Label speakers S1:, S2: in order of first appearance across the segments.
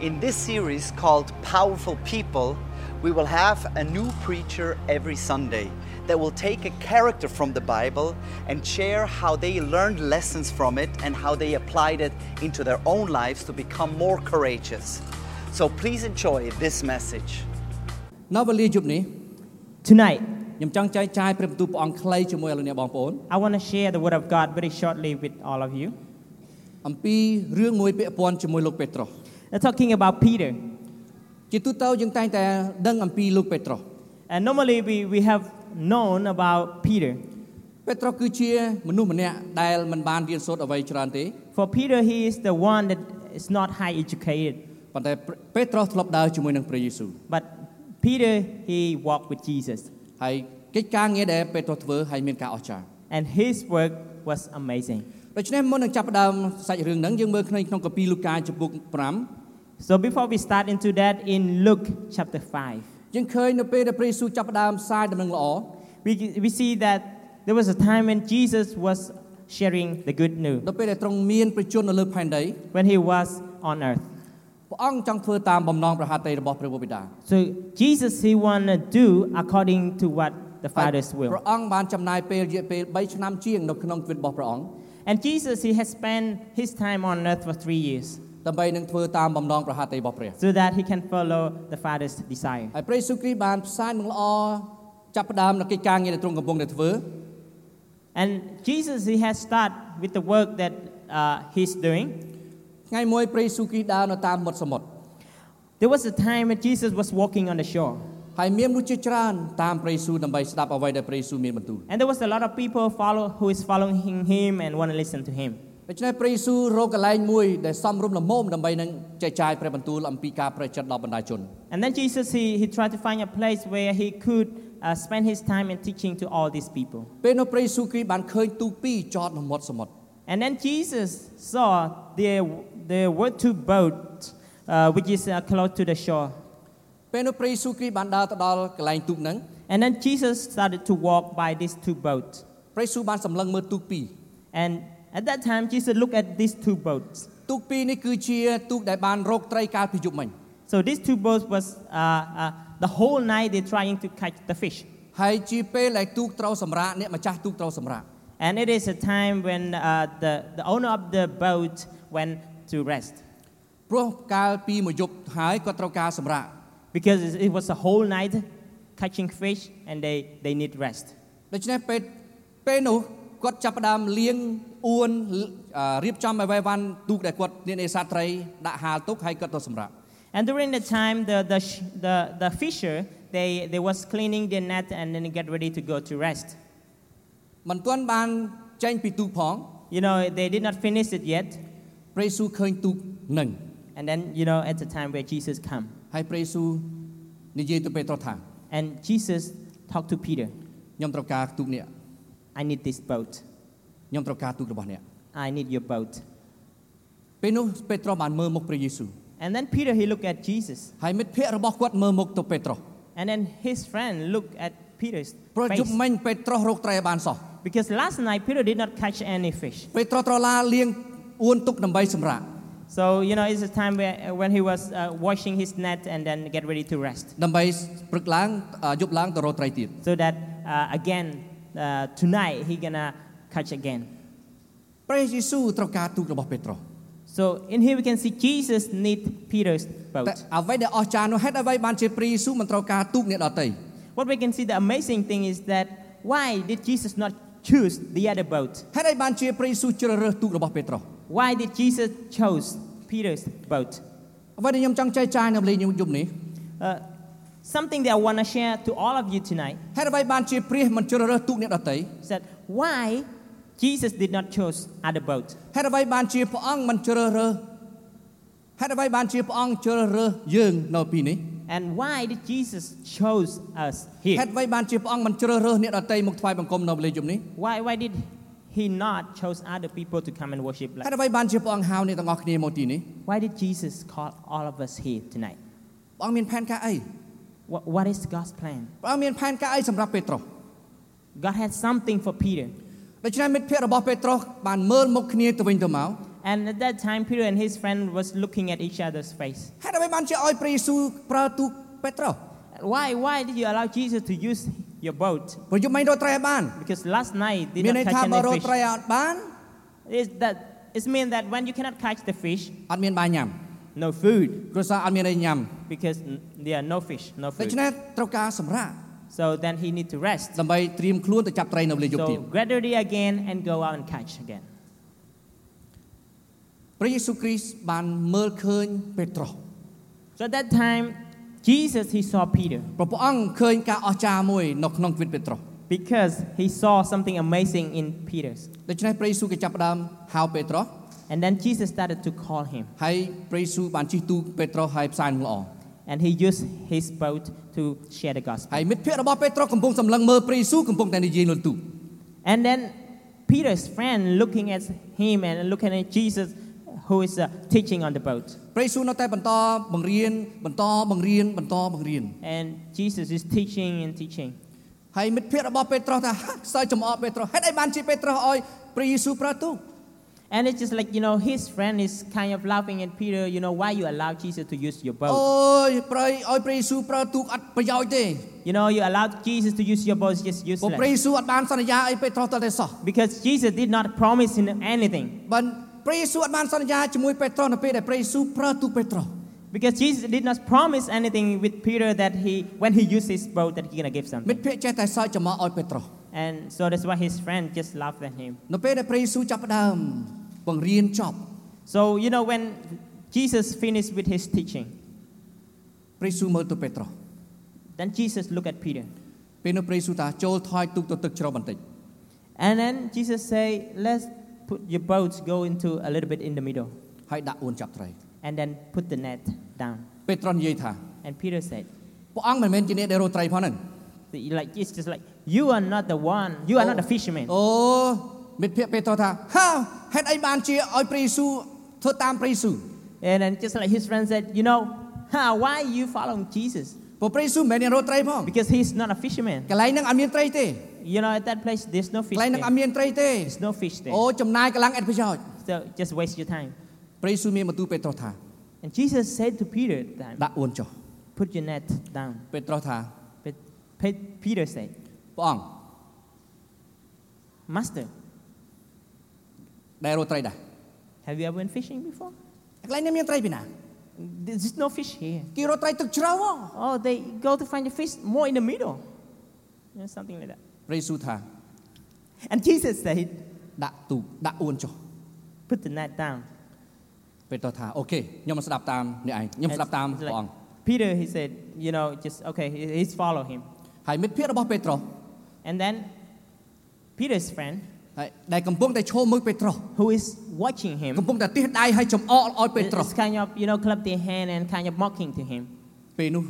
S1: In this series called Powerful People, we will have a new preacher every Sunday that will take a character from the Bible and share how they learned lessons from it and how they applied it into their own lives to become more courageous. So please enjoy this message.
S2: នៅវេលាយប់នេះ
S3: Tonight,
S2: ខ្ញុំចង់ចែកចាយព្រះបន្ទូលព្រះអង្គខ្លីជាមួយឥឡូវអ្នកបងប្អូន
S3: I want to share the Word of God very shortly with all of you.
S2: អំពីរឿងមួយពាក់ព័ន្ធជាមួយលោកពេត្រុស
S3: We're talking about Peter.
S2: ជាទូទៅយើងតែងតែដឹងអំពីលោកពេត្រុស
S3: And normally we, we have known about Peter.
S2: ពេត្រុសគឺជាមនុស្សម្នាក់ដែលមិនបានរៀនសូត្រអ្វីច្រើនទេ
S3: For Peter, he is the one that is not high educated,
S2: ប៉ុន្តែពេត្រុសធ្លាប់ដើរជាមួយនឹងព្រះយេស៊ូវ
S3: but Peter, he walked with Jesus.
S2: ហើយកិច្ចការងារដែលពេត្រុសធ្វើហើយមានការអស្ចារ្យ
S3: And his work was amazing.
S2: ដូច្នេះមុននឹងចាប់ផ្ដើមសាច់រឿងហ្នឹងយើងមើលឃើញក្នុងកាពីលូកាចំពុក5
S3: So before we start into that, in Luke chapter 5,
S2: យើងឃើញនៅពេលដែលព្រះយេស៊ូវចាប់ផ្ដើមផ្សាយដំណឹងល្អ
S3: we, we see that there was a time when Jesus was sharing the good news,
S2: ដល់ពេលដែលទ្រង់មានប្រជជននៅលើផែនដី
S3: when he was on earth.
S2: ព្រះអង្គចង់ធ្វើតាមបំណងប្រហត្ថីរបស់ព្រះវរបិតា
S3: So Jesus, he want to do according to what the
S2: ហើយ
S3: Father's
S2: ព្រះ
S3: will.
S2: អង្គបានចំណាយពេលរយៈពេល3ឆ្នាំជាងនៅក្នុងជីវិតរបស់ព្រះអង្គ
S3: And Jesus, he has spent his time on earth for three years
S2: ដើម្បីនឹងធ្វើតាមបំណងប្រហត្ថីរបស់ព្រះ
S3: so that he can follow the Father's desire.
S2: ហើយព្រះយេស៊ូវគ្រីស្ទបានផ្សាយនឹងល្អចាប់ផ្ដើមនៅកិច្ចការងារដែលទ្រង់កំពុងតែធ្វើ
S3: And Jesus, he has started with the work that uh, he's doing.
S2: ថ្ងៃមួយព្រះយេស៊ូវគ្រីស្ទដើរនៅតាមមាត់សមុទ្រ
S3: There was a time when Jesus was walking on the shore,
S2: ហើយមានមនុស្សជាច្រើនតាមព្រះយេស៊ូវដើម្បីស្ដាប់អ្វីដែលព្រះយេស៊ូវមានបន្ទូល
S3: and there was a lot of people follow who is following him and want to listen to him.
S2: ដូច្នេះព្រះយេស៊ូវរកកន្លែងមួយដែលសំរុំល្មមដើម្បីនឹងចែកចាយព្រះបន្ទូលអំពីការប្រជិតដល់បណ្ដាជន
S3: And then Jesus, he, he tried to find a place where he could uh, spend his time in teaching to all these people.
S2: ពេលនោះព្រះយេស៊ូវគ្រីស្ទបានឃើញទូកពីរចតនៅមាត់សមុទ្រ
S3: And then Jesus saw there, there were two boats, uh, which is uh, close to the shore.
S2: ពេលនោះព្រះយេស៊ូវគ្រីស្ទបានដើរទៅដល់កន្លែងទូកហ្នឹង
S3: And then Jesus started to walk by these two boats.
S2: ព្រះយេស៊ូវបានសម្លឹងមើលទូកពីរ
S3: And at that time, Jesus looked at these two boats.
S2: ទូកពីរនេះគឺជាទូកដែលបានរកត្រីកាលពីយប់មិញ
S3: So these two boats was uh, uh, the whole night they're trying to catch the fish.
S2: ហើយជាពេលដែលទូកត្រូវសម្រាកអ្នកម្ចាស់ទូកត្រូវសម្រាក
S3: And it is a time when uh, the, the owner of the boat went to rest
S2: ព្រោះកាលពីមួយយប់ហើយគាត់ត្រូវការសម្រាក
S3: because it it was a whole night catching fish and they, they need rest.
S2: ដូច្នេះពេលពេលនោះគាត់ចាប់ផ្ដើមលាងអួនអឺរៀបចំឲ្យវ៉ៃវ៉ាន់ទូកដែលគាត់មាននេសាទត្រីដាក់ហាលទុកហើយគាត់ទៅសម្រាក
S3: And during the time, the, the, sh- the, the fisher, they, they was cleaning their net and then get ready to go to rest.
S2: មិនទាន់បានចេញពីទូកផង
S3: You know, they did not finish it yet.
S2: ព្រះយេស៊ូវឃើញទូកនឹង
S3: And then, you know, at the time where Jesus come.
S2: ហើយព្រះយេស៊ូវនិយាយទៅពេត្រុសថា
S3: And Jesus talked to Peter,
S2: ខ្ញុំត្រូវការទូកនេះ
S3: I need this boat.
S2: ខ្ញុំត្រូវការទូករបស់អ្នក
S3: I need your boat.
S2: ពេលនោះពេត្រុសបានមើលមុខព្រះយេស៊ូវ
S3: And then Peter, he looked at Jesus.
S2: ហើយមិត្តភ័ក្តិរបស់គាត់មើលមុខទៅពេត្រុស
S3: And then his friend looked at Peter's
S2: ព្រោះយប់
S3: face.
S2: មិញពេត្រុសរកត្រីឲ្យបានសោះ
S3: Because last night, Peter did not catch any fish.
S2: ពេត្រុសត្រឡាលាងអួនទុកដើម្បីសម្រាក
S3: So, you know, it's a time where, when he was uh, washing his net and then get ready to rest.
S2: ដើម្បីព្រឹកឡើងអឺយប់ឡើងទៅរកត្រីទៀត
S3: so that uh, again uh, tonight he gonna catch again
S2: ព្រះយេស៊ូវត្រូវការទូករបស់ពេត្រុស
S3: so in here we can see jesus need peter's
S2: តែ
S3: boat
S2: អ្វីដែលអស្ចារ្យនោះហេតុអ្វីបានជាព្រះយេស៊ូវមិនត្រូវការទូកអ្នកដទៃ
S3: what we can see the amazing thing is that why did jesus not choose the other boat
S2: ហេតុអីបានជាព្រះយេស៊ូវជ្រើសរើសទូករបស់ពេត្រុស
S3: why did jesus chose peter's boat
S2: អ្វីដែលខ្ញុំចង់ចែកចាយនៅលេងយប់នេះ
S3: uh, something that i want to share to all of you tonight
S2: ហេតុអ្វីបានជាព្រះមិនជ្រើសរើសទូកអ្នកដទៃ
S3: is that why jesus did not choose other boat
S2: ហេតុអ្វីបានជាព្រះអង្គមិនជ្រើសរើសហេតុអ្វីបានជាព្រះអង្គជ្រើសរើសយើងនៅពីនេះ
S3: and why did jesus chose us
S2: ហេ
S3: here
S2: តុអ្វីបានជាព្រះអង្គមិនជ្រើសរើសអ្នកដទៃមកថ្វាយបង្គំនៅលេងយប់នេះ
S3: why, why did he not chose other people to come and worship like
S2: ហេតុអ្វីបានជាព្រះអង្គហៅអ្នកទាំងអស់គ្នាមកទីនេះ
S3: Why did Jesus call all of us here tonight?
S2: ព្រះអង្គមានផែនការអី
S3: What, what is God's plan?
S2: ព្រះអង្គមានផែនការអីសម្រាប់ពេត្រុស
S3: God had something for Peter.
S2: ដូច្នេះមិត្តភ័ក្តិរបស់ពេត្រុសបានមើលមុខគ្នាទៅវិញទៅមក
S3: And at that time, Peter and his friend was looking at each other's face.
S2: ហេតុអ្វីបានជាឲ្យព្រះយេស៊ូវប្រើទូកពេត្រុស
S3: Why? Why did you allow Jesus to use your boat?
S2: ព្រោះយប់មិញរត់ត្រីឲ្យបាន
S3: Because last night did
S2: មាន
S3: not
S2: ន័យ
S3: catch
S2: ថាបើរ
S3: any
S2: ត់ត្រី
S3: fish.
S2: ឲ្យអត់បាន
S3: It's that it means that when you cannot catch the fish,
S2: អត់មានបាយញ៉ាំ
S3: no food,
S2: គ្រួសារអត់មានអីញ៉ាំ
S3: because n- there are no fish, no
S2: ដូ
S3: food.
S2: ច្នេះត្រូវការសម្រាក
S3: So then he need to rest.
S2: ដើម្បីត្រៀមខ្លួនទៅចាប់ត្រីនៅពេលយប់ទៀត
S3: So gradually again and go out and catch again.
S2: ព្រះយេស៊ូវគ្រីស្ទបានមើលឃើញពេត្រុស
S3: So at that time, Jesus he saw Peter
S2: ព្រោះព្រះអង្គឃើញការអស្ចារ្យមួយនៅក្នុងជីវិតពេត្រុស
S3: because he saw something amazing in Peter's.
S2: ដូច្នេះព្រះយេស៊ូវក៏ចាប់ផ្ដើមហៅពេត្រុស
S3: And then Jesus started to call him,
S2: ហើយព្រះយេស៊ូវបានជិះទូកពេត្រុសហើយផ្សាយនឹងល្អ
S3: and he used his boat to share the gospel.
S2: ហើយមិត្តភក្តិរបស់ពេត្រុសកំពុងសម្លឹងមើលព្រះយេស៊ូវកំពុងតែនិយាយលើទូក
S3: And then Peter's friend looking at him and looking at Jesus, who is uh, teaching on the boat.
S2: ព្រះយេស៊ូវនៅតែបន្តបង្រៀនបន្តបង្រៀនបន្តបង្រៀន
S3: And Jesus is teaching and teaching.
S2: ហើយមិត្តភក្តិរបស់ពេត្រុសថាហាក់សើចចំអកពេត្រុសហេតុអីបានជាពេត្រុសឲ្យព្រះយេស៊ូវប្រើទូក
S3: And it's just like, you know, his friend is kind of laughing at Peter, you know, why you allow Jesus to use your
S2: អូ
S3: boat?
S2: យប្រៃឲ្យព្រះយេស៊ូវប្រើទូកអត់ប្រយោជន៍ទេ
S3: You know, you allowed Jesus to use your boat, it's just
S2: ព្រោះព្រះ
S3: useless.
S2: យេស៊ូវអត់បានសន្យាអីពេត្រុសតតែសោះ
S3: Because Jesus did not promise him anything.
S2: បើព្រះយេស៊ូវអត់បានសន្យាជាមួយពេត្រុសនៅពេលដែលព្រះយេស៊ូវប្រើទូកពេត្រុស
S3: Because Jesus did not promise anything with Peter that he, when he used his boat, that he gonna give
S2: មិ
S3: something.
S2: ត្តភក្តិចេះតែសើចចំអកឲ្យពេត្រុស
S3: And so that's why his friend just laughed at him.
S2: នៅពេលដែលព្រះយេស៊ូវចាប់ផ្ដើមបង្រៀនចប់
S3: So, you know, when Jesus finished with his teaching,
S2: ព្រះយេស៊ូវមើលទៅពេត្រុស
S3: Then Jesus looked at Peter.
S2: ពេលនោះព្រះយេស៊ូវថាចូលថយទូកទៅទឹកជ្រោះបន្តិច
S3: And then Jesus said, Let's put your boats, go into a little bit in the middle,
S2: ហើយដាក់អួនចាប់ត្រី
S3: and then put the net down.
S2: ពេត្រុសនិយាយថា
S3: And Peter said,
S2: ព្រះអង្គមិនមែនជាអ្នកដែលរត់ត្រីផងហ្នឹង
S3: like, It's just like, You are not the one, you are not a fisherman.
S2: អូមិត្តភក្តិពេត្រុសថាហើហេតុអីបានជាឲ្យព្រះយេស៊ូវធ្វើតាមព្រះយេស៊ូវ
S3: And then just like his friend said, You know, ha, why you following Jesus?
S2: ព្រោះព្រះយេស៊ូវមិនមែនអ្នករត់ត្រីផង
S3: Because he's not a fisherman.
S2: កន្លែងហ្នឹងអត់មានត្រីទេ
S3: You know, at that place, there's no
S2: ក
S3: fish
S2: ន្លែងហ្នឹ
S3: there.
S2: ងអត់មានត្រីទេ
S3: There's no fish there.
S2: អូចំណាយកម្លាំងអត់ប្រយោជន៍
S3: So just waste your time.
S2: ព្រះយេស៊ូវមានបន្ទូលពេត្រុសថា
S3: And Jesus said to Peter at that time,
S2: ដាក់អួនចុះ
S3: Put your net down.
S2: ពេត្រុសថា
S3: But Pe- Peter said,
S2: ព្រះអង្គ
S3: Master,
S2: ដែលរត់ត្រីដែរ
S3: have you ever been fishing before?
S2: កន្លែងនេះមានត្រីពីណា
S3: There's no fish here.
S2: គេរត់ត្រីទឹកជ្រៅហ៎
S3: Oh, they go to find the fish more in the middle. You know, something like that.
S2: ព្រះយេស៊ូវថា
S3: And Jesus said,
S2: ដាក់ទូកដាក់អួនចុះ
S3: put the net down.
S2: ពេត្រុសថាអូខេខ្ញុំមកស្ដាប់តាមអ្នកឯងខ្ញុំ
S3: And
S2: ស្ដាប់តាម
S3: it's
S2: ព្រះអង្គ
S3: Peter, he said, you know, just, okay, he, he's follow him.
S2: ហើយមិត្តភក្តិរបស់ពេត្រុស
S3: And then Peter's friend,
S2: ហើយដែលកំពុងតែឈោមមើលពេត្រុស
S3: who is watching
S2: កំ
S3: him,
S2: ពុងតែទះដៃហើយចំអកឲ្យពេត្រុស
S3: is kind of, you know, clap their hand and kind of mocking to him.
S2: ពេលនោះ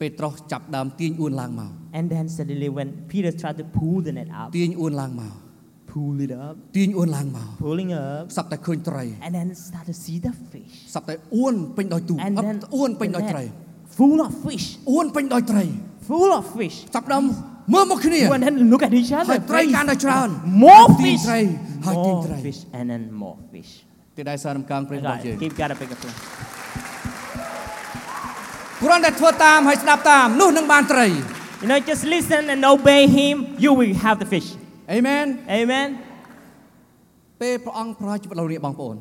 S2: ពេត្រុសចាប់ដើមទាញអួនឡើងមក
S3: And then suddenly when Peter tried to pull the net up,
S2: ទាញអួនឡើងមក
S3: pull it up,
S2: ទាញអួនឡើងមក
S3: pulling up,
S2: សັບតែឃើញត្រី
S3: and then start to see the fish.
S2: សັບតែអួនពេញដោយទូក
S3: And
S2: អត់
S3: then
S2: អួនពេញ
S3: the
S2: ដោយ
S3: net
S2: ត្រី
S3: full of fish,
S2: អួនពេញដោយត្រី
S3: full of fish.
S2: សັບដើមមើលមកគ្នា
S3: And then look at each other.
S2: ហើយត្រី
S3: please.
S2: កាន់តែច្រើន
S3: More
S2: ទាញ
S3: fish.
S2: ត្រីហើយទាញ
S3: More
S2: ត្រី
S3: fish and then more fish.
S2: ទីដែលសារំកាងព្រះរបស់
S3: Right,
S2: យើង
S3: Give God a big applause.
S2: គ្រាន់តែធ្វើតាមហើយស្ដាប់តាមនោះនឹងបានត្រី
S3: You know, just listen and obey Him. You will have the fish.
S2: អេមែន
S3: Amen.
S2: ពេលព្រះអង្គប្រើជីវិតលោកអ្នកបងប្អូន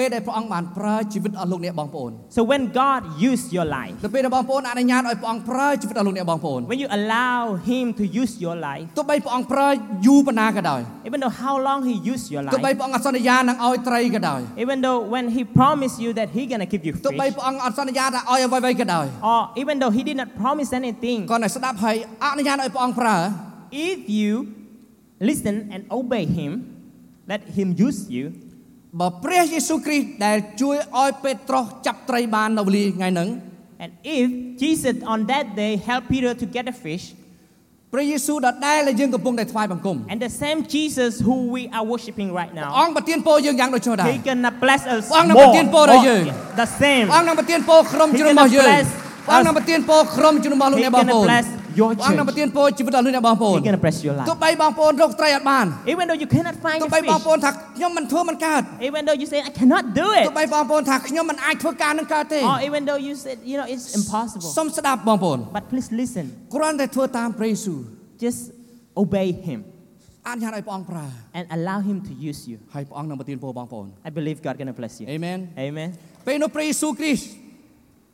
S2: ពេលដែលព្រះអង្គបានប្រើជីវិតអស់លោកអ្នកបងប្អូន
S3: So when God used your life,
S2: នៅពេលដែលបងប្អូនអនុញ្ញាតឲ្យព្រះអង្គប្រើជីវិតរបស់លោកអ្នកបងប្អូន
S3: when you allow Him to use your life,
S2: ទោះបីព្រះអង្គប្រើយូរប៉ុណ្ណាក៏ដោយ
S3: even though how long He used your
S2: ទោះបី
S3: life,
S2: ព្រះអង្គអត់សន្យានឹងឲ្យត្រីក៏ដោយ
S3: even though when He promised you that He gonna give you
S2: ទោះបី
S3: fish,
S2: ព្រះអង្គអត់សន្យាថាឲ្យអ្វីៗក៏ដោយ
S3: or even though He did not promise anything,
S2: គាត់តែស្ដាប់ហើយអនុញ្ញាតឲ្យព្រះអង្គប្រើ
S3: if you listen and obey Him, let Him use you,
S2: បើព្រះយេស៊ូវគ្រីស្ទដែលជួយឲ្យពេត្រុសចាប់ត្រីបាននៅវេលាថ្ងៃហ្នឹង
S3: And if Jesus on that day helped Peter to get a fish,
S2: ព្រះយេស៊ូវដដែលដែលយើងកំពុងតែថ្វាយបង្គំ
S3: and the same Jesus who we are worshiping right
S2: អ
S3: now,
S2: ង្គប្រទានពរយើងយ៉ាងដូចនោះដែរ
S3: He gonna bless us
S2: Ông đã
S3: more,
S2: bắt tiên phô rồi chứ.
S3: the same.
S2: ព្រះអង្គនឹងប្រទានពរក្រុម
S3: He
S2: ជ្រុំរបស់យើង
S3: gonna bless
S2: ព្រះអង្គនឹងប្រទានពរក្រុមជ្រុំរបស់លោក
S3: He
S2: អ្នកបងប្អូ
S3: gonna
S2: ន
S3: bless
S4: your
S2: ព្រះ
S4: church.
S2: អង្គនឹងប្រទានពរជីវិតដល់លោកអ្នកបងប្អូន
S3: He's going to bless your
S2: ទោះ
S3: life.
S2: បីបងប្អូនរកត្រីអត់បាន
S3: Even though you cannot find
S2: ទោះ
S3: the
S2: បីបងប្អូ
S3: fish,
S2: នថាខ្ញុំមិនធ្វើមិនកើត
S3: even though you say, I cannot do
S2: ទោះ
S3: it,
S2: បីបងប្អូនថាខ្ញុំមិនអាចធ្វើការនឹងកើតទេ
S3: or even though you said, you know, it's impossible.
S2: សូមស្ដាប់បងប្អូន
S3: But please listen,
S2: គ្រាន់តែធ្វើតាមព្រះយេស៊ូវ
S3: just obey Him
S2: អនុញ្ញាតឲ្យព្រះអង្គប្រើ
S3: and allow Him to use you.
S2: ហើយព្រះអង្គនឹងប្រទានពរបងប្អូន
S3: I believe God gonna bless you.
S2: អេមែន
S3: Amen.
S2: ពេលនោះព្រះយេស៊ូវគ្រីស្ទ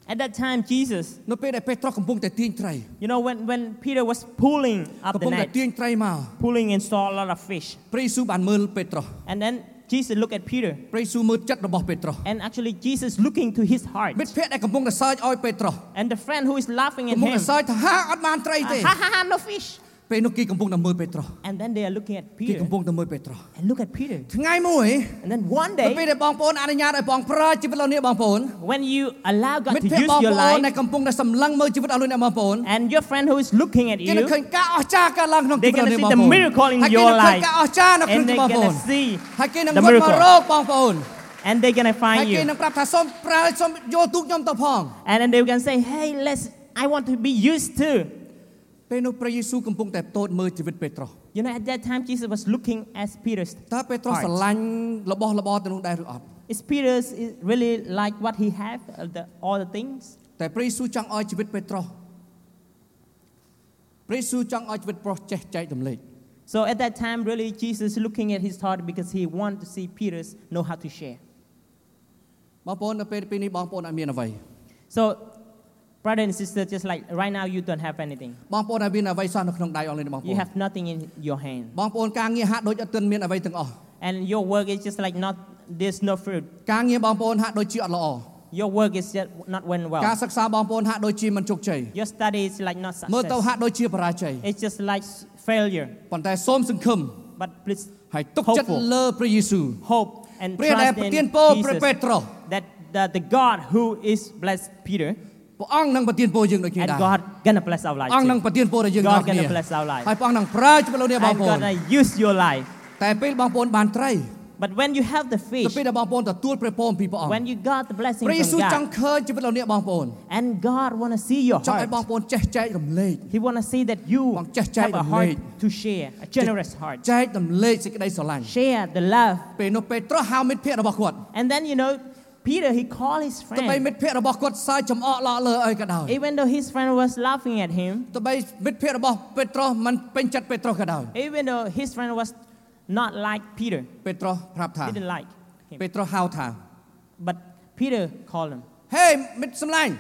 S3: At that time, Jesus,
S2: នៅពេលដែលពេត្រុសកំពុងតែទាញត្រី
S3: you know, when, when Peter was pulling
S2: កំ
S3: up
S2: ពុ
S3: the
S2: ងតែ
S3: net,
S2: ទាញត្រីមក
S3: pulling and saw a lot of fish,
S2: ព្រះយេស៊ូវបានមើលពេត្រុស
S3: and then Jesus looked at Peter,
S2: ព្រះយេស៊ូវមើលចិត្តរបស់ពេត្រុស
S3: and actually Jesus looking to his heart,
S2: មិត្តភក្តិដែលកំពុងតែសើចឲ្យពេត្រុស
S3: and the friend who is laughing
S2: កំ
S3: at
S2: ពុង
S3: him,
S2: តែសើចថាហាអត់បានត្រី
S3: "Ah,
S2: ទេ
S3: ha ha ha, no fish.
S2: ពេលនោះគេកំពុងតែមើលពេត្រុស
S3: And then they are looking at
S2: គេ
S3: Peter,
S2: កំពុងតែមើលពេត្រុស
S3: and look at Peter.
S2: ថ្ងៃមួយ
S3: And then one
S2: នៅពេល
S3: day,
S2: ដែលបងប្អូនអនុញ្ញាតឲ្យបងប្រើជីវិតលោកអ្នកបងប្អូន
S3: when you allow God
S2: មិត្ត
S3: to
S2: ភក្តិបង
S3: use your
S2: ប្អូន
S3: life,
S2: ដែលកំពុងតែសម្លឹងមើលជីវិតអស់លោកអ្នកបងប្អូន
S3: and your friend who is looking at
S2: គេនឹង
S3: you,
S2: ឃើញការអស្ចារ្យកើតឡើងក្នុងជី
S3: they're
S2: វិតរបស់
S3: gonna
S2: អ្នក
S3: see
S2: បងប្អូន
S3: the miracle in
S2: ហើយគេ
S3: your
S2: នឹងឃើញ
S3: life,
S2: ការអស្ចារ្យនៅក្នុងជី
S3: and
S2: វិត
S3: they're
S2: បងប្អូន
S3: gonna see
S2: ហើយគេនឹងរ
S3: the
S2: ត់មក
S3: miracle,
S2: រកបងប្អូន
S3: and they're gonna
S2: ហើយ
S3: find
S2: គេ
S3: you,
S2: នឹងប្រាប់ថាសូមប្រើសូមយកទូកខ្ញុំទៅផង
S3: and then they're gonna say, "Hey, let's. I want to be used too."
S2: ពេលនោះព្រះយេស៊ូវកំពុងតែតូតមើលជីវិតពេត្រុស
S3: You know, at that time, Jesus was looking at Peter's.
S2: តើពេត្រុស
S3: Heart.
S2: ស្រឡាញ់របស់របរទៅនោះដែរឬអត់
S3: Is Peter's is really like what he had, uh, the, all the things?
S2: តែព្រះយេស៊ូវចង់ឲ្យជីវិតពេត្រុសព្រះយេស៊ូវចង់ឲ្យជីវិតប្រុសចេះចែករំលែក
S3: So at that time, really, Jesus looking at his heart because he wanted to see Peter's know how to share.
S2: បងប្អូននៅពេលពេលនេះបងប្អូនអត់មានអ្វី
S3: So, brother and sister, just like right now, you don't have anything.
S2: បងប្អូនអត់មានអ្វីសោះនៅក្នុងដៃអស់លោកអ្នកបងប្អូ
S3: You
S2: ន
S3: have nothing in your hand,
S2: បងប្អូនការងារហាក់ដូចអត់ទាន់មានអ្វីទាំងអស់
S3: and your work is just like not. There's no fruit.
S2: ការងារបងប្អូនហាក់ដូចជាអត់ល្អ
S3: Your work is just not went
S2: ការ
S3: well.
S2: សិក្សាបងប្អូនហាក់ដូចជាមិនជោគជ័យ
S3: Your study is like not
S2: មើលទៅ
S3: success.
S2: ហាក់ដូចជាបរាជ័យ
S3: It's just like s- failure.
S2: ប៉ុន្តែសូមសង្ឃឹម
S3: But please
S2: ហើយទុកចិត្ត
S3: Hopeful.
S2: លើព្រះយេស៊ូវ
S3: hope and
S2: ព្រះដែល
S3: trust
S2: ប្រ
S3: in
S2: ទានពរព្រះពេ
S3: Jesus.
S2: ត្រុស
S3: that, that the God who is blessed Peter
S2: ព្រះអង្គនឹងប្រទានពរយើងដូចគ្នា
S3: and
S2: ដែរ
S3: God gonna bless our
S2: អង្គ
S3: life
S2: នឹង
S3: too.
S2: ប្រទានពរដល់យើងដល់
S3: God
S2: គ្នា
S3: gonna bless our life
S2: ហើយព្រះអង្គនឹងប្រើជីវិតលោកអ្នកបង
S3: I'm
S2: ប្អូន
S3: gonna use your life
S2: តែពេលបងប្អូនបានត្រី
S3: but when you have the
S2: ទៅ
S3: fish
S2: ពេលដែលបងប្អូនទទួលព្រះពរពីព្រះអង្គ
S3: when you got the blessing
S2: ព្រះយេស៊ូវ
S3: from
S2: ចង់
S3: God
S2: ឃើញជីវិតលោកអ្នកបងប្អូន
S3: and God wanna see your
S2: ចង់ឲ្យបង
S3: heart
S2: ប្អូនចេះចែករំលែក
S3: He wanna see that you
S2: Bằng chắc chắn
S3: have a
S2: đồng
S3: heart
S2: lệ.
S3: to share a generous heart
S2: ចែករំលែកសេចក្តីស្រឡាញ់
S3: share the love
S2: ពេលនោះពេត្រុសហៅមិត្តភក្តិរបស់គាត់
S3: and then you know Peter he called his
S2: ទោះបី
S3: friend
S2: មិត្តភក្តិរបស់គាត់សើចចំអកឡកលើអីក៏ដោយ
S3: even though his friend was laughing at him
S2: ទោះបីមិត្តភក្តិរបស់ពេត្រុសមិនពេញចិត្តពេត្រុសក៏ដោយ
S3: even though his friend was not like Peter
S2: ពេត្រុសប្រាប់ថា
S3: didn't like him
S2: ពេត្រុសហៅថា
S3: but Peter called him
S2: ហេមិត្តសម្លាញ់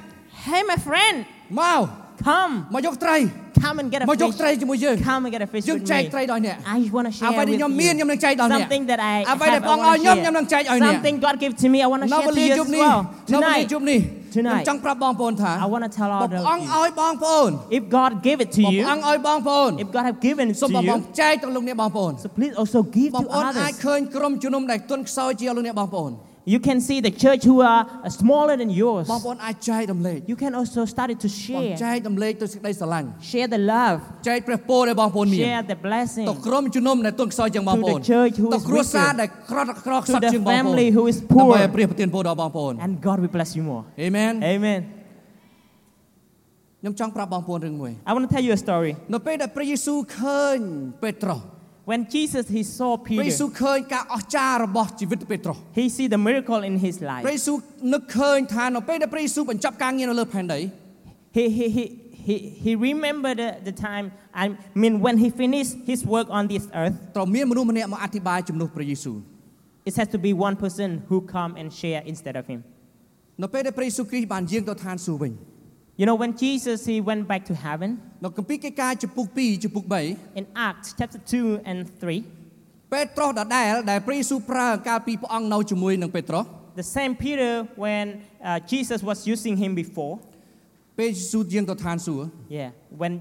S3: Hey, my friend,
S2: មក
S3: come.
S2: មកយកត្រី
S3: Come and get a
S2: មកយក
S3: fish.
S2: ត្រីជាមួយយើង
S3: Come and get a fish
S2: យើង
S3: with
S2: ចែក
S3: me.
S2: ត្រីដល់អ្នក
S3: I want to share
S2: អ្វី
S3: with
S2: ដែលខ្ញុំមានខ្ញុំ
S3: you.
S2: នឹងចែកដល់អ្នក
S3: Something that I
S2: អ្វីដែល
S3: have,
S2: ព្រះ
S3: I
S2: អង្គឲ្យខ្ញុំ
S3: want
S2: ខ្ញុំនឹងចែក
S3: to
S2: ឲ្យ
S3: share.
S2: អ្នក
S3: Something God gave to me, I want to
S2: នៅ
S3: share
S2: វេ
S3: to
S2: លា
S3: you
S2: យ
S3: as
S2: ប់នេះ
S3: well.
S2: នៅវេលា
S3: Tonight,
S2: យប់នេះខ្ញុំ
S3: Tonight.
S2: ចង់ប្រាប់បងប្អូនថា
S3: I want to tell
S2: បប
S3: all of
S2: អង្គ
S3: you.
S2: ឲ្យបងប្អូន
S3: If God gave it to
S2: បបអង្គ
S3: you,
S2: ឲ្យបងប្អូន
S3: if God have given it
S2: សូម
S3: to
S2: បងប្អូន
S3: you,
S2: ចែកទៅលោកអ្នកបងប្អូន
S3: so please also give
S2: បង
S3: to
S2: ប្អូនអាច
S3: others.
S2: ឃើញក្រុមជំនុំដែលទន់ខ្សោយជាលោកអ្នកបងប្អូន
S3: You can see the church who are smaller than yours.
S2: បងប្អូនអាចចែករំលែក
S3: You can also start to
S2: បង
S3: share.
S2: ចែករំលែកទៅសេចក្តីស្រឡាញ់
S3: Share the love.
S2: ចែកព្រះពរដែលបងប្អូនមាន
S3: Share
S2: ទៅ
S3: the blessing.
S2: ក្រុមជំនុំដែលទន់ខ្សោយជាងបងប្អូន
S3: To the church who is
S2: ទៅគ្រួសារ
S3: weaker.
S2: ដែលក្រត់ក្រខ្សត់
S3: To the
S2: ជាងបងប្អូន
S3: family who is
S2: ដើ
S3: poor.
S2: ម្បីឲ្យព្រះប្រទានពរដល់បងប្អូន
S3: And God will bless you more.
S2: អេមែន
S3: Amen.
S2: ខ្ញុំចង់ប្រាប់បងប្អូនរឿងមួយ
S3: I want to tell you a story.
S2: នៅពេលដែលព្រះយេស៊ូវឃើញពេត្រុស
S3: When Jesus he saw
S2: ព្រះយេស៊ូ
S3: Peter,
S2: វឃើញការអស្ចារ្យរបស់ជីវិតពេត្រុស
S3: he see the miracle in his
S2: ព្រះ
S3: life.
S2: យេស៊ូវនឹកឃើញថានៅពេលដែលព្រះយេស៊ូវបញ្ចប់ការងារនៅលើផែនដី
S3: He he he he, he remembered the, the time. I mean, when he finished his work on this earth,
S2: ត្រូវមានមនុស្សម្នាក់មកអធិប្បាយជំនួសព្រះយេស៊ូវ
S3: it has to be one person who come and share instead of him.
S2: នៅពេលដែលព្រះយេស៊ូវគ្រីស្ទបានយាងទៅឋានសួគ៌វិញ
S3: You know, when Jesus he went back to heaven
S2: នៅគម្ពីរកិច្ចការចំពុក2ចំពុក
S3: in Acts chapter two and three,
S2: 3ពេត្រុសដដែលដែលព្រះយេស៊ូវប្រើកាលពីព្រះអង្គនៅជាមួយនឹងពេត្រុស
S3: the same Peter when uh, Jesus was using him before.
S2: ពេលយេស៊ូវយាងទៅឋានសួគ៌
S3: Yeah, when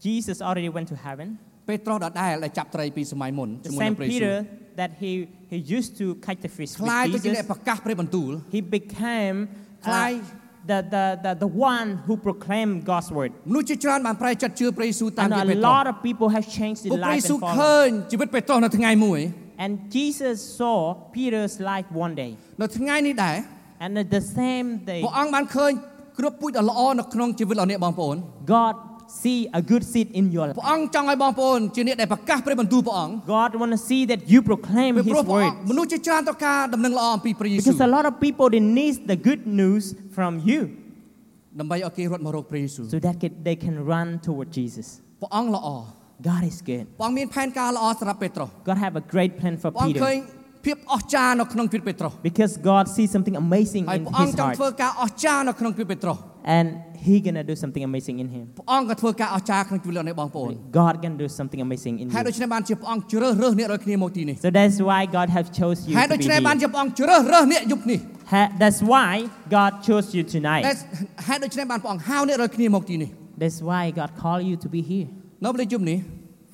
S3: Jesus already went to heaven,
S2: ពេត្រុសដដែលដែលចាប់ត្រីពីសម័យមុន
S3: the
S2: ជាមួយនឹ
S3: same
S2: ងព្រះយេស៊ូវ
S3: Peter that he he used to catch the fish
S2: ខ្លាយ
S3: with
S2: ទៅជា
S3: Jesus.
S2: អ្នកប្រកាសព្រះបន្ទូល
S3: He became uh,
S2: Clive.
S3: the, the, the, the one who proclaimed God's word.
S2: មនុស្សជាច្រើនបានប្រែចិត្តជឿព្រះយេស៊ូវតាម
S3: And
S2: ជា
S3: a
S2: ពេត្រុស
S3: lot of people have changed their
S2: ពួកព្រះយេ
S3: life
S2: ស៊ូវ
S3: and
S2: ឃើ
S3: followed.
S2: ញជីវិតពេត្រុសនៅថ្ងៃមួយ
S3: And Jesus saw Peter's life one day.
S2: នៅថ្ងៃនេះដែរ
S3: And at the same day,
S2: ព្រះអង្គបានឃើញគ្រប់ពូជដ៏ល្អនៅក្នុងជីវិតរបស់អ្នកបងប្អូន
S3: God see a good seed in your life.
S2: ព្រះអង្គចង់ឲ្យបងប្អូនជាអ្នកដែលប្រកាសព្រះបន្ទូលព្រះអង្គ
S3: God want to see that you proclaim
S2: ពីព្រោះ
S3: His
S2: ព្រះអ
S3: word.
S2: ង្គមនុស្សជាច្រើនត្រូវការដំណឹងល្អអំពីព្រះយេស៊ូវ
S3: Because a lot of people, they need the good news from you
S2: ដើម្បីឲ្យគេរត់មករកព្រះយេស៊ូវ
S3: so that ca- they can run toward Jesus.
S2: ព្រះអង្គល្អ
S3: God is good.
S2: ព្រះអង្គមានផែនការល្អសម្រាប់ពេត្រុស
S3: God have a great plan for
S2: ព្រះអង្គឃើញ
S3: Peter.
S2: ភាពអស្ចារ្យនៅក្នុងជីវិតពេត្រុស
S3: Because God sees something amazing
S2: ហើយ
S3: in
S2: ព្រះអង្គ
S3: his
S2: ចង់ធ្វើ
S3: heart.
S2: ការអស្ចារ្យនៅក្នុងជីវិតពេត្រុស
S3: And he gonna do something amazing in him.
S2: ព្រះអង្គក៏ធ្វើការអស្ចារ្យក្នុងជីវិតលោកអ្នកបងប្អូន
S3: God can do something amazing in
S2: ហេតុដូ
S3: you.
S2: ច្នេះបានជាព្រះអង្គជ្រើសរើសអ្នកដូចគ្នាមកទីនេះ
S3: So that's why God have chose you
S2: ហេតុ
S3: to
S2: ដូ
S3: be
S2: ច្នេះបាន
S3: here.
S2: ជាព្រះអង្គជ្រើសរើសអ្នកយប់នេះ
S3: Ha- That's why God chose you
S2: តែ
S3: tonight.
S2: ហេតុដូច្នេះបានព្រះអង្គហៅអ្នកដូចគ្នាមកទីនេះ
S3: That's why God called you to be here
S2: នៅពេលយប់នេះ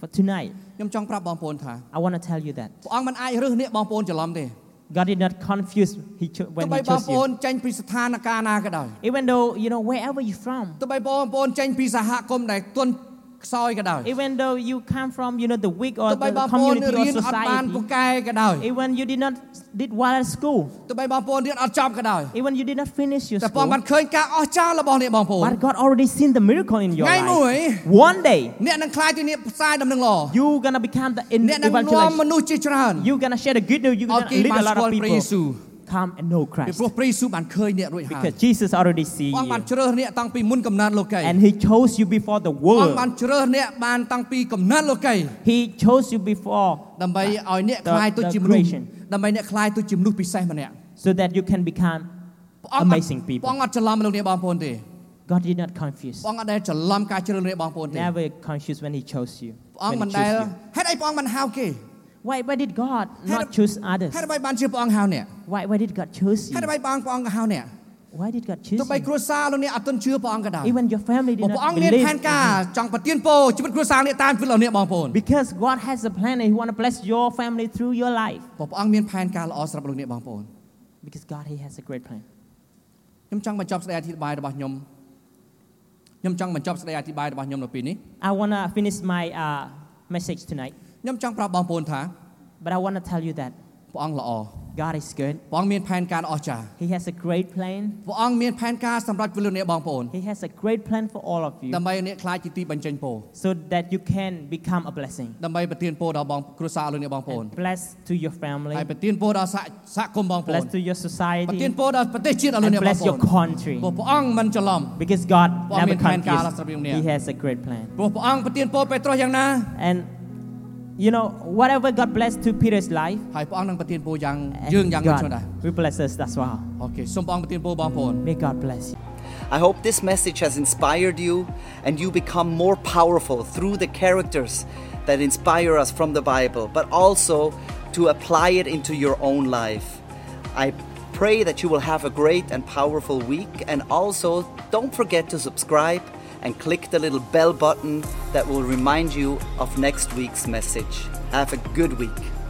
S3: for tonight.
S2: ខ្ញុំចង់ប្រាប់បងប្អូនថា
S3: I want to tell you that
S2: ព្រះអង្គមិនអាចរើសអ្នកបងប្អូនច្រឡំទេ
S3: God did not confuse he cho-
S2: ទោះ
S3: when
S2: បីប
S3: He
S2: ង
S3: chose
S2: ប្អូន
S3: you.
S2: ចេញពីស្ថានភាពណាក៏ដោយ
S3: Even though you know wherever you're from,
S2: ទោះបីបងប្អូនចេញពីសហគមន៍ដែលទន់ខ្សោយក៏ដោយ
S3: even though you come from you know the weak or
S2: ទោះបី
S3: the
S2: បងប្អូន
S3: community
S2: រៀ
S3: or
S2: នអត់បានពូ
S3: society,
S2: កែក៏ដោយ
S3: even you did not did well at school,
S2: ទោះបីបងប្អូនរៀនអត់ចប់ក៏ដោយ
S3: even you did not finish your
S2: តែបង
S3: school,
S2: បានឃើញការអស្ចារ្យរបស់អ្នកបងប្អូន
S3: but God already seen the miracle in your
S2: Ngày
S3: life.
S2: mũi.
S3: One day
S2: អ្នកនឹងខ្លាយទៅអ្នកផ្សាយដំណឹងល្អ
S3: you gonna become the
S2: អ្នកនឹងនាំ
S3: evangelist.
S2: មនុស្សជាច្រើន
S3: You gonna share the good news. You
S2: ឲ្យ
S3: gonna
S2: គេ
S3: lead
S2: បាន
S3: a lot
S2: ស្គាល់
S3: of
S2: ព្រះយេស៊ូ
S3: people
S2: វ
S3: come and know
S2: ពី
S3: Christ
S2: ព្រោះព្រះយេស៊ូវបានឃើញអ្នករួចហើយ
S3: because Jesus already see
S2: អង្គបាន
S3: you
S2: ជ្រើសអ្នកតាំងពីមុនកំណើតលោកី
S3: and He chose you before the
S2: អង្គ
S3: world.
S2: បានជ្រើសអ្នកបានតាំងពីកំណើតលោកី
S3: He chose you before
S2: ដើម្បីឲ្យអ្នក
S3: The-
S2: ខ្លាយទៅ
S3: the
S2: ជាមនុស្ស
S3: creation.
S2: ដើម្បីអ្នកខ្លាយទៅជាមនុស្សពិសេសម្នាក់
S3: so that you can become
S2: ព្រះអង្គអត់
S3: Amazing people.
S2: ព្រះអង្គអត់ច្រឡំលោកអ្នកបងប្អូនទេ
S3: God did not confuse.
S2: ព្រះអង្គអត់ដែលច្រឡំការជ្រើសរើសបងប្អូនទេ
S3: Never confused when He chose you.
S2: ព្រះអង្គ
S3: when
S2: មិន
S3: he
S2: ដែល
S3: chose you.
S2: ហេតុអីព្រះអង្គមិនហៅគេ
S3: Why, why did God
S2: Had
S3: not
S2: a-
S3: choose others?
S2: ហេតុអ្វីបានជាព្រះអង្គហៅអ្នក
S3: Why, why did God choose
S2: ហេ
S3: you?
S2: តុអ្វីព្រះអង្គព្រះអង្គក៏ហៅអ្នក
S3: Why did God
S2: ទោះ
S3: choose
S2: បី
S3: you?
S2: គ្រួសារលោកអ្នកអត់ទន់ជឿព្រះអង្គក៏ដោយ
S3: Even your family did
S2: បើព្រះអ
S3: not
S2: ង្គមាន
S3: believe.
S2: ផែន ការ
S3: in him.
S2: ចង់ប្រទានពរជីវិតគ្រួសារអ្នកតាមពីលោកអ្នកបងប្អូន
S3: Because God has a plan and He want to bless your family through your life.
S2: បើព្រះអង្គមានផែនការល្អសម្រាប់លោកអ្នកបងប្អូន
S3: Because God, He has a great plan.
S2: ខ្ញុំចង់បញ្ចប់ស្ដីអធិប្បាយរបស់ខ្ញុំខ្ញុំចង់បញ្ចប់ស្ដីអធិប្បាយរបស់ខ្ញុំនៅពេលនេះ
S3: I want to finish my uh, message tonight.
S2: ខ្ញុំចង់ប្រាប់បងប្អូនថា
S3: But I want to tell you that
S2: ព្រះអង្គល្អ
S3: God is good.
S2: ព្រះអង្គមានផែនការដ៏អស្ចារ្យ
S3: He has a great plan.
S2: ព្រះអង្គមានផែនការសម្រាប់ពីលោកអ្នកបងប្អូន
S3: He has a great plan for all of you.
S2: ដើម្បីឲ្យអ្នកខ្លាចជាទីបញ្ចេញពរ
S3: So that you can become a blessing.
S2: ដើម្បីប្រទានពរដល់បងគ្រួសារលោកអ្នកបងប្អូន
S3: And bless to your
S2: ហើយ
S3: family.
S2: ប្រទានពរដល់សហសហគមន៍បងប្អូន
S3: Bless to
S2: ប្រ
S3: your
S2: ទាន
S3: society.
S2: ពរដល់ប្រទេសជាតិដល់លោក
S3: And
S2: អ្នកបង
S3: bless
S2: ប្អូ
S3: your
S2: ន
S3: country.
S2: ព្រោះព្រះអង្គមិនច្រឡំ
S3: Because God
S2: Well, I
S3: never
S2: mean, thank God,
S3: confused.
S2: that's what we
S3: He
S2: need.
S3: has a great plan.
S2: ព្រោះព្រះអង្គប្រទានពរពេត្រុសយ៉ាងណា
S3: And you know, whatever God blessed to Peter's life,
S2: ហើយព្រះអង្គនឹងប្រទានពរយ៉ាង
S3: and
S2: យើងយ៉ាងដូចនោះដែរ
S3: God will bless us. That's why.
S2: អូខេសូមព្រះអង្គប្រទានពរបងប្អូន
S3: May God bless you.
S1: I hope this message has inspired you and you become more powerful through the characters that inspire us from the Bible, but also to apply it into your own life. I pray that you will have a great and powerful week and also don't forget to subscribe and click the little bell button that will remind you of next week's message. Have a good week.